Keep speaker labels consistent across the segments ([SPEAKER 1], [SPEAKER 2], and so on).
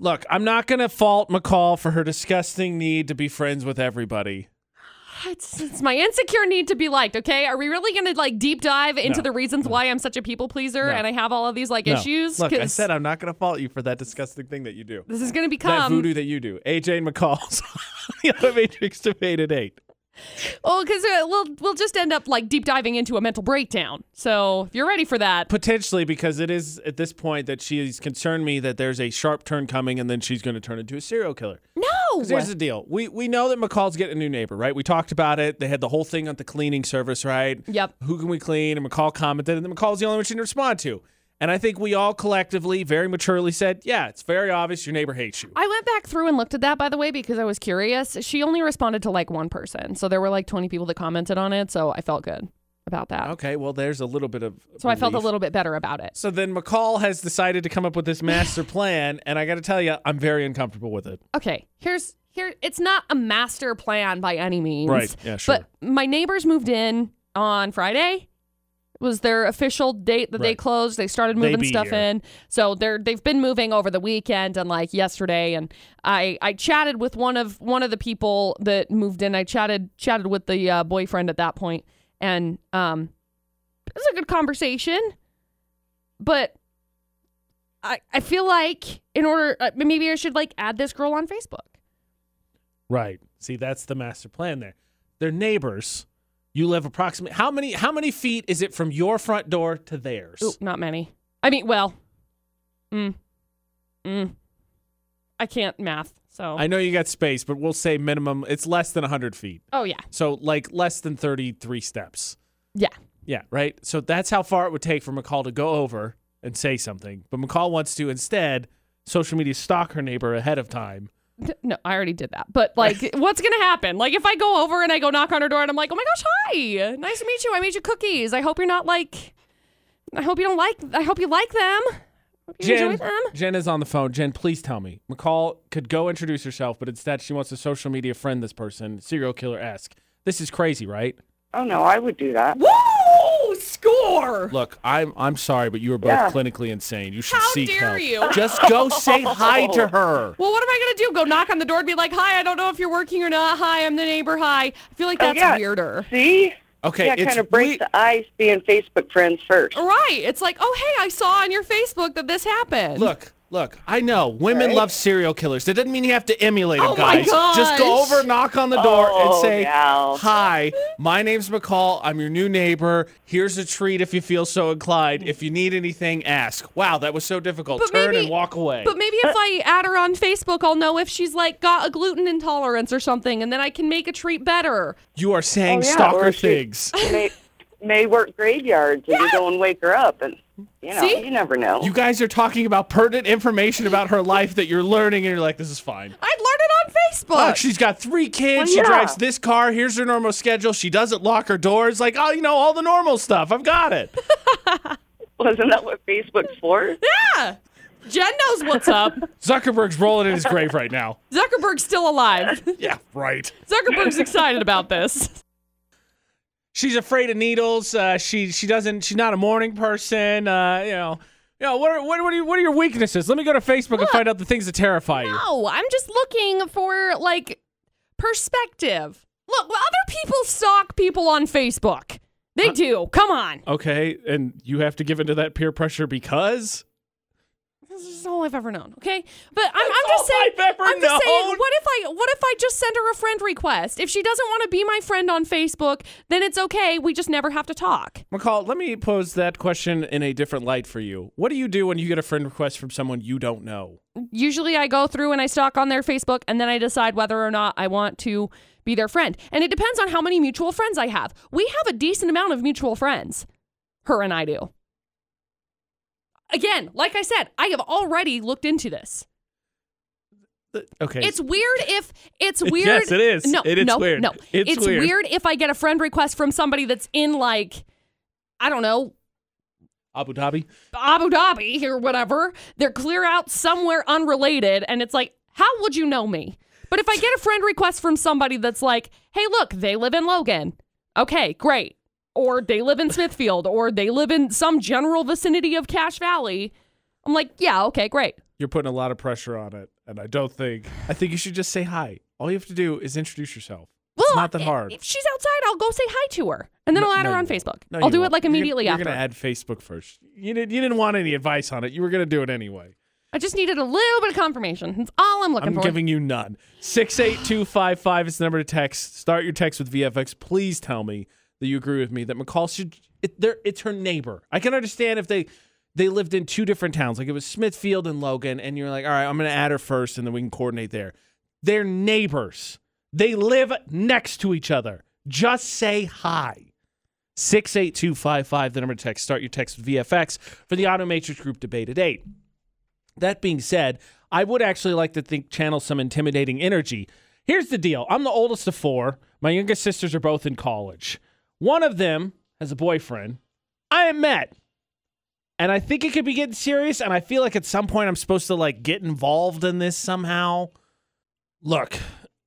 [SPEAKER 1] Look, I'm not going to fault McCall for her disgusting need to be friends with everybody.
[SPEAKER 2] It's, it's my insecure need to be liked, okay? Are we really going to like deep dive into
[SPEAKER 1] No.
[SPEAKER 2] the reasons why I'm such a people pleaser
[SPEAKER 1] No.
[SPEAKER 2] and I have all of these like
[SPEAKER 1] No.
[SPEAKER 2] issues?
[SPEAKER 1] Look, I
[SPEAKER 2] 'Cause
[SPEAKER 1] said I'm not going to fault you for that disgusting thing that you do.
[SPEAKER 2] this is going to
[SPEAKER 1] that
[SPEAKER 2] become
[SPEAKER 1] voodoo that you do. AJ and McCall's The Automatrix Debate at 8.
[SPEAKER 2] Oh, because uh, we'll we'll just end up like deep diving into a mental breakdown. So if you're ready for that,
[SPEAKER 1] Potentially, because it is at this point that she's concerned me that there's a sharp turn coming and then she's going to turn into a serial killer.
[SPEAKER 2] no.
[SPEAKER 1] 'Cause Here's the deal. We we know that McCall's getting a new neighbor, right? We talked about it. They had the whole thing on the cleaning service, right?
[SPEAKER 2] Yep.
[SPEAKER 1] Who can we clean? And McCall commented, and then McCall's the only one she didn't respond to. And I think we all collectively, very maturely said, yeah, it's very obvious your neighbor hates you.
[SPEAKER 2] I went back through and looked at that by the way because I was curious. She only responded to like one person, so there were like 20 people that commented on it. So I felt good about that.
[SPEAKER 1] Okay, well, there's a little bit of.
[SPEAKER 2] So I felt a
[SPEAKER 1] relief.
[SPEAKER 2] little bit better about it.
[SPEAKER 1] So then McCall has decided to come up with this master plan, and I got to tell you, I'm very uncomfortable with it.
[SPEAKER 2] Okay, here's here. It's not a master plan by any means,
[SPEAKER 1] Right, yeah, sure.
[SPEAKER 2] But my neighbors moved in on Friday. Was their official date that they
[SPEAKER 1] Right.
[SPEAKER 2] closed? They started
[SPEAKER 1] They
[SPEAKER 2] moving
[SPEAKER 1] be
[SPEAKER 2] stuff
[SPEAKER 1] here.
[SPEAKER 2] in, so they're they've been moving over the weekend and like yesterday. And I I chatted with one of one of the people that moved in. I chatted chatted with the uh, boyfriend at that point, and um, it was a good conversation. But I I feel like in order uh, maybe I should like add this girl on Facebook.
[SPEAKER 1] Right. See, that's the master plan there. They're neighbors. You live approximately how many how many feet is it from your front door to theirs?
[SPEAKER 2] Ooh, not many. I mean, well, mm, mm. I can't math, so
[SPEAKER 1] I know you got space, but we'll say minimum it's less than 100 feet.
[SPEAKER 2] oh yeah,
[SPEAKER 1] So like less than 33 steps.
[SPEAKER 2] yeah.
[SPEAKER 1] Yeah, right? So that's how far it would take for McCall to go over and say something. But McCall wants to instead social media stalk her neighbor ahead of time.
[SPEAKER 2] No, I already did that. But like, what's gonna happen? Like, if I go over and I go knock on her door and I'm like, "Oh my gosh, hi! Nice to meet you. I made you cookies. I hope you're not like, I hope you don't like. I hope you like them. Hope you enjoy
[SPEAKER 1] Jen,
[SPEAKER 2] them."
[SPEAKER 1] Jen is on the phone. Jen, please tell me. McCall could go introduce herself, but instead she wants to social media friend this person, serial killer esque. This is crazy, right?
[SPEAKER 3] Oh no, I would do that.
[SPEAKER 2] Whoa! Score!
[SPEAKER 1] Look, I'm I'm sorry, but you are both
[SPEAKER 3] Yeah.
[SPEAKER 1] clinically insane. You should
[SPEAKER 2] How
[SPEAKER 1] seek
[SPEAKER 2] dare
[SPEAKER 1] help.
[SPEAKER 2] you.
[SPEAKER 1] Just go say hi to her.
[SPEAKER 2] Well, what am I gonna do? Go knock on the door and be like, "Hi, I don't know if you're working or not. Hi, I'm the neighbor. Hi." I feel like that's
[SPEAKER 3] yeah.
[SPEAKER 2] weirder.
[SPEAKER 3] See?
[SPEAKER 1] Okay,
[SPEAKER 3] yeah,
[SPEAKER 1] it's
[SPEAKER 3] kind of breaks
[SPEAKER 1] we-
[SPEAKER 3] the ice being Facebook friends first.
[SPEAKER 2] Right. It's like, oh, hey, I saw on your Facebook that this happened.
[SPEAKER 1] Look, look, I know women
[SPEAKER 3] Right?
[SPEAKER 1] love serial killers. That doesn't mean you have to emulate them,
[SPEAKER 2] Oh my
[SPEAKER 1] guys. Just go
[SPEAKER 2] gosh.
[SPEAKER 1] over, knock on the door,
[SPEAKER 3] Oh,
[SPEAKER 1] and say,
[SPEAKER 3] yeah.
[SPEAKER 1] "Hi, my name's McCall. I'm your new neighbor. Here's a treat if you feel so inclined. If you need anything, ask." Wow, that was so difficult.
[SPEAKER 2] But
[SPEAKER 1] Turn
[SPEAKER 2] maybe-
[SPEAKER 1] and walk away.
[SPEAKER 2] But maybe if I add her on Facebook, I'll know if she's like got a gluten intolerance or something, and then I can make a treat better.
[SPEAKER 1] you are saying
[SPEAKER 3] Oh, yeah,
[SPEAKER 1] stalker
[SPEAKER 3] or she-
[SPEAKER 1] things.
[SPEAKER 3] May, may work graveyards and you go and wake her up and you know,
[SPEAKER 2] See?
[SPEAKER 3] you never know.
[SPEAKER 1] You guys are talking about pertinent information about her life that you're learning, and you're like, "This is fine."
[SPEAKER 2] I'd learn it on Facebook.
[SPEAKER 1] Look, she's got three kids.
[SPEAKER 3] Well,
[SPEAKER 1] She
[SPEAKER 3] yeah.
[SPEAKER 1] drives this car. Here's her normal schedule. She doesn't lock her doors. Like, oh, you know, all the normal stuff. I've got it.
[SPEAKER 3] Wasn't that what Facebook's for?
[SPEAKER 2] yeah. Jen knows what's up.
[SPEAKER 1] Zuckerberg's rolling in his grave right now.
[SPEAKER 2] Zuckerberg's still alive.
[SPEAKER 1] Yeah, right.
[SPEAKER 2] Zuckerberg's excited about this.
[SPEAKER 1] She's afraid of needles. Uh, she she doesn't. She's not a morning person. Uh, you know. You know, what are, what, are- what, are, your- what are your weaknesses? Let me go to Facebook and find out the things that terrify you.
[SPEAKER 2] No, I'm just looking for like perspective. Look, well, other people stalk people on Facebook. They do. Come on.
[SPEAKER 1] Okay, and you have to give into that peer pressure because
[SPEAKER 2] This is all I've ever known, okay? But I'm, I'm just
[SPEAKER 1] all
[SPEAKER 2] saying.
[SPEAKER 1] I've ever
[SPEAKER 2] I'm just saying.
[SPEAKER 1] known.
[SPEAKER 2] What if I? What if I just send her a friend request? If she doesn't want to be my friend on Facebook, then it's okay. We just never have to talk.
[SPEAKER 1] McCall, let me pose that question in a different light for you. What do you do when you get a friend request from someone you don't know?
[SPEAKER 2] Usually, I go through and I stalk on their Facebook, and then I decide whether or not I want to be their friend. And it depends on how many mutual friends I have. We have a decent amount of mutual friends. Her and I do. Again, like I said, I have already looked into this.
[SPEAKER 1] Okay.
[SPEAKER 2] It's weird if it's weird.
[SPEAKER 1] Yes, it is.
[SPEAKER 2] No,
[SPEAKER 1] It is
[SPEAKER 2] no,
[SPEAKER 1] weird.
[SPEAKER 2] No,
[SPEAKER 1] It's weird.
[SPEAKER 2] if I get a friend request from somebody that's in like, I don't know,
[SPEAKER 1] Abu Dhabi.
[SPEAKER 2] Abu Dhabi or whatever. They're clear out somewhere unrelated, and it's like, how would you know me? But if I get a friend request from somebody that's like, hey, look, they live in Logan. Okay, great. Or they live in Smithfield, or they live in some general vicinity of Cache Valley. I'm like, yeah, okay, great.
[SPEAKER 1] You're putting a lot of pressure on it, and I don't think. I think you should just say hi. All you have to do is introduce yourself. it's not that
[SPEAKER 2] i-
[SPEAKER 1] hard.
[SPEAKER 2] eh, If she's outside, I'll go say hi to her, and then
[SPEAKER 1] No-
[SPEAKER 2] I'll add
[SPEAKER 1] no,
[SPEAKER 2] her
[SPEAKER 1] you
[SPEAKER 2] on
[SPEAKER 1] won't.
[SPEAKER 2] Facebook.
[SPEAKER 1] No,
[SPEAKER 2] I'll
[SPEAKER 1] you
[SPEAKER 2] do
[SPEAKER 1] won't.
[SPEAKER 2] it like
[SPEAKER 1] You're gonna-
[SPEAKER 2] immediately
[SPEAKER 1] You're
[SPEAKER 2] after.
[SPEAKER 1] gonna add Facebook first. You didn't. You didn't want any advice on it. You were gonna do it anyway.
[SPEAKER 2] I just needed a little bit of confirmation. That's all I'm looking
[SPEAKER 1] I'm
[SPEAKER 2] for.
[SPEAKER 1] giving you none. 68255 is the number to text. Start your text with VFX. Please tell me that you agree with me that McCall should it, they're- it's her neighbor. I can understand if they they lived in two different towns. Like it was Smithfield and Logan and you're like, "All right, I'm going to add her first and then we can coordinate there." They're neighbors. They live next to each other. Just say hi. 68255, the number to text. Start your text with VFX for the Auto Matrix Group debate at 8. That being said, I would actually like to think channel some intimidating energy. Here's the deal I'm the oldest of four. My youngest sisters are both in college. One of them has a boyfriend. I am met. And I think it could be getting serious. And I feel like at some point I'm supposed to like get involved in this somehow. Look,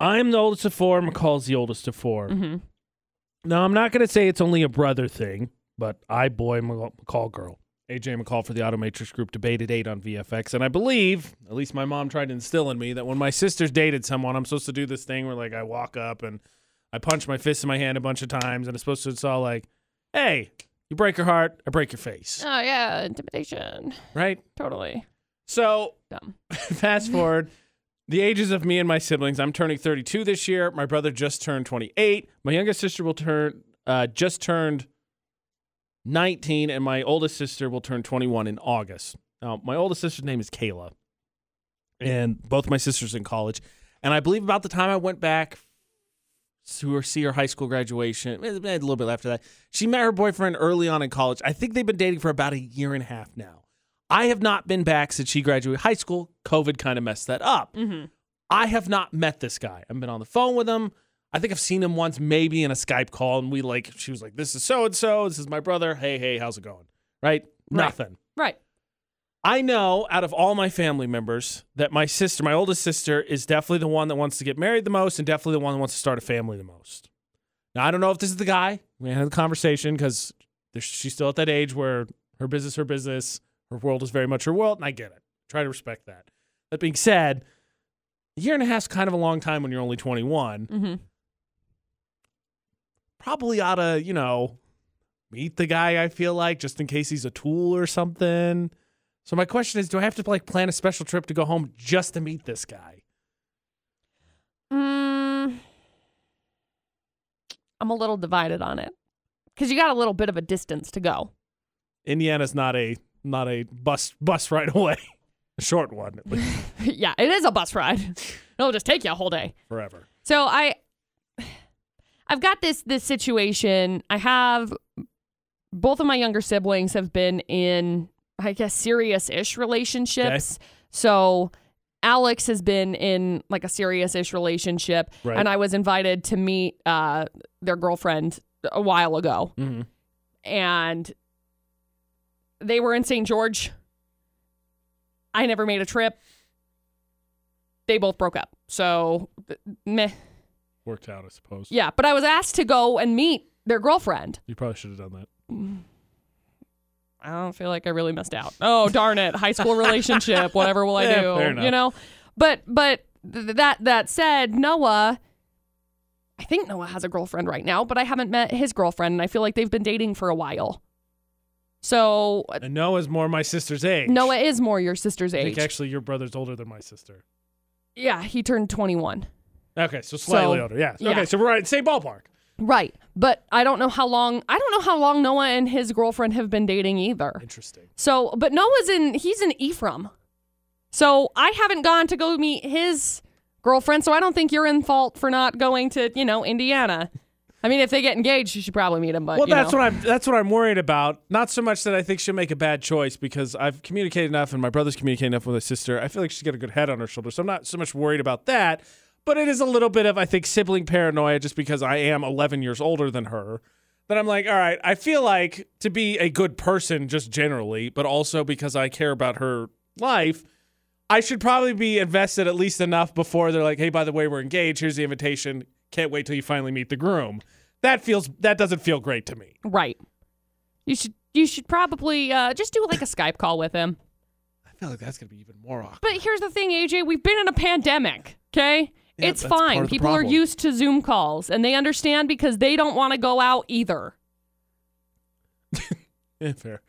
[SPEAKER 1] I'm the oldest of four. McCall's the oldest of 4
[SPEAKER 2] Mhm.
[SPEAKER 1] Now, I'm not going to say it's only a brother thing, but I boy, McCall McCall girl. AJ McCall for the Automatrix Group debated eight on VFX, and I believe, at least my mom tried to instill in me, that when my sisters dated someone, I'm supposed to do this thing where like I walk up and I punch my fist in my hand a bunch of times, and it's supposed to it's all like, "Hey, you break her heart, I break your face,"
[SPEAKER 2] Oh yeah, intimidation.
[SPEAKER 1] right?
[SPEAKER 2] Totally
[SPEAKER 1] So
[SPEAKER 2] dumb.
[SPEAKER 1] fast forward the ages of me and my siblings i'm turning 32 this year my brother just turned 28 my youngest sister will turn uh, just turned 19 and my oldest sister will turn 21 in august now my oldest sister's name is kayla and both my sisters in college and i believe about the time i went back to her see her high school graduation eh, a little bit after that she met her boyfriend early on in college i think they've been dating for about a year and a half now I have not been back since she graduated high school. COVID kind of messed that up. I have not met this guy. I've been on the phone with him. I think I've seen him once, maybe in a Skype call, and we like she was like, "This is so and so. This is my brother. Hey, hey, how's it going?" Right? Nothing.
[SPEAKER 2] Right.
[SPEAKER 1] I know out of all my family members that my sister, my oldest sister, is definitely the one that wants to get married the most and definitely the one that wants to start a family the most. Now, I don't know if this is the guy. We had a conversation because she's still at that age where her business, her business, her world is very much her world, and I get it. Try to respect that. That being said, a year and a half's kind of a long time when you're only 21.
[SPEAKER 2] Mm-hmm.
[SPEAKER 1] Probably ought to, you know, meet the guy, I feel like, just in case he's a tool or something. So my question is, do I have to like plan a special trip to go home just to meet this guy?
[SPEAKER 2] Mm, I'm a little divided on it because you got a little bit of a distance to go.
[SPEAKER 1] Indiana's not a not a bus bus right away. a short one, at least
[SPEAKER 2] yeah, it is a bus ride. It'll just take you a whole day.
[SPEAKER 1] forever.
[SPEAKER 2] So I I've got this this situation. I have both of my younger siblings have been in I guess serious-ish relationships. So Alex has been in like a serious-ish relationship
[SPEAKER 1] Right.
[SPEAKER 2] and I was invited to meet uh their girlfriend a while ago
[SPEAKER 1] Mm-hmm.
[SPEAKER 2] and they were in St. George. I never made a trip. They both broke up. So th- meh
[SPEAKER 1] Worked out, I suppose.
[SPEAKER 2] yeah, but I was asked to go and meet their girlfriend.
[SPEAKER 1] You probably should have done that.
[SPEAKER 2] I don't feel like I really missed out. Oh darn it! High school relationship. Whatever will I
[SPEAKER 1] Yeah,
[SPEAKER 2] do?
[SPEAKER 1] fair enough.
[SPEAKER 2] You know, but but th- that that said, Noah. I think Noah has a girlfriend right now, but I haven't met his girlfriend, and I feel like they've been dating for a while. So uh,
[SPEAKER 1] And Noah's more my sister's age.
[SPEAKER 2] Noah is more your sister's
[SPEAKER 1] I
[SPEAKER 2] age.
[SPEAKER 1] think actually your brother's older than my sister.
[SPEAKER 2] yeah, he turned twenty-one.
[SPEAKER 1] Okay, so slightly
[SPEAKER 2] So,
[SPEAKER 1] older. Yeah.
[SPEAKER 2] yeah.
[SPEAKER 1] Okay, so we're right, same ballpark.
[SPEAKER 2] Right, but I don't know how long. I don't know how long Noah and his girlfriend have been dating either.
[SPEAKER 1] Interesting.
[SPEAKER 2] So, but Noah's in, he's in Ephraim. So I haven't gone to go meet his girlfriend. So I don't think you're in fault for not going to, you know, Indiana. I mean, if they get engaged, you should probably meet him. But
[SPEAKER 1] Well,
[SPEAKER 2] you
[SPEAKER 1] that's
[SPEAKER 2] know.
[SPEAKER 1] what I'm. That's what I'm worried about. Not so much that I think she'll make a bad choice because I've communicated enough, and my brother's communicated enough with his sister. I feel like she's got a good head on her shoulder, so I'm not so much worried about that. But it is a little bit of I think sibling paranoia, just because I am 11 years older than her. That I'm like, all right, I feel like to be a good person, just generally, but also because I care about her life. I should probably be invested at least enough before they're like, hey, by the way, we're engaged. Here's the invitation. Can't wait till you finally meet the groom. That feels that doesn't feel great to me.
[SPEAKER 2] right. You should, you should probably uh, just do like a Skype call with him.
[SPEAKER 1] feel like that's gonna be even more awkward.
[SPEAKER 2] But here's the thing, AJ, we've been in a pandemic, okay?
[SPEAKER 1] Yeah,
[SPEAKER 2] it's
[SPEAKER 1] that's part
[SPEAKER 2] fine.
[SPEAKER 1] of the
[SPEAKER 2] People are
[SPEAKER 1] problem.
[SPEAKER 2] used to Zoom calls and they understand because they don't want to go out either.
[SPEAKER 1] Yeah, fair.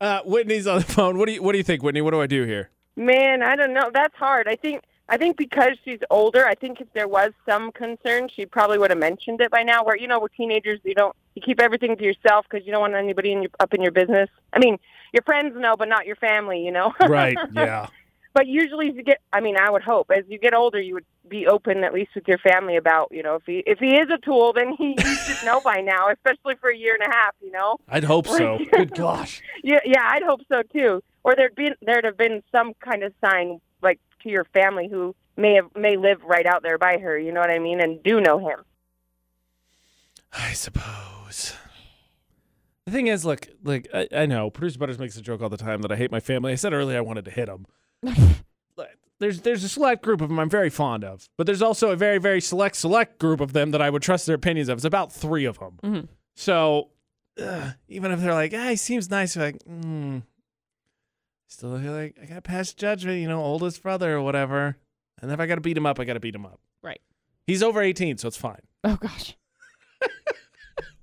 [SPEAKER 1] Uh, Whitney's on the phone. What do you What do you think, Whitney? What do I do here?
[SPEAKER 4] Man, I don't know. That's hard. I think I think because she's older, I think if there was some concern, she probably would have mentioned it by now. Where you know we're teenagers, you don't you keep everything to yourself because you don't want anybody in your, up in your business. I mean, your friends know, but not your family. You know.
[SPEAKER 1] Right. Yeah.
[SPEAKER 4] but usually, if you get. I mean, I would hope as you get older, you would be open at least with your family about you know if he if he is a tool, then he you should know by now, especially for a year and a half. You know.
[SPEAKER 1] I'd hope so. Good gosh.
[SPEAKER 4] Yeah, yeah, I'd hope so too. Or there'd been there'd have been some kind of sign like to your family who may have may live right out there by her. You know what I mean, and do know him.
[SPEAKER 1] I suppose. The thing is, look, like I, I know producer Butters makes a joke all the time that I hate my family. I said earlier I wanted to hit him. there's there's a select group of them I'm very fond of, but there's also a very very select select group of them that I would trust their opinions of. It's about three of them.
[SPEAKER 2] Mhm.
[SPEAKER 1] So ugh, even if they're like, ah, he seems nice, you're like, mm, still feel like I got past judgment, you know, oldest brother or whatever. And if I got to beat him up, I got to beat him up.
[SPEAKER 2] Right.
[SPEAKER 1] He's over 18, so it's fine.
[SPEAKER 2] Oh gosh.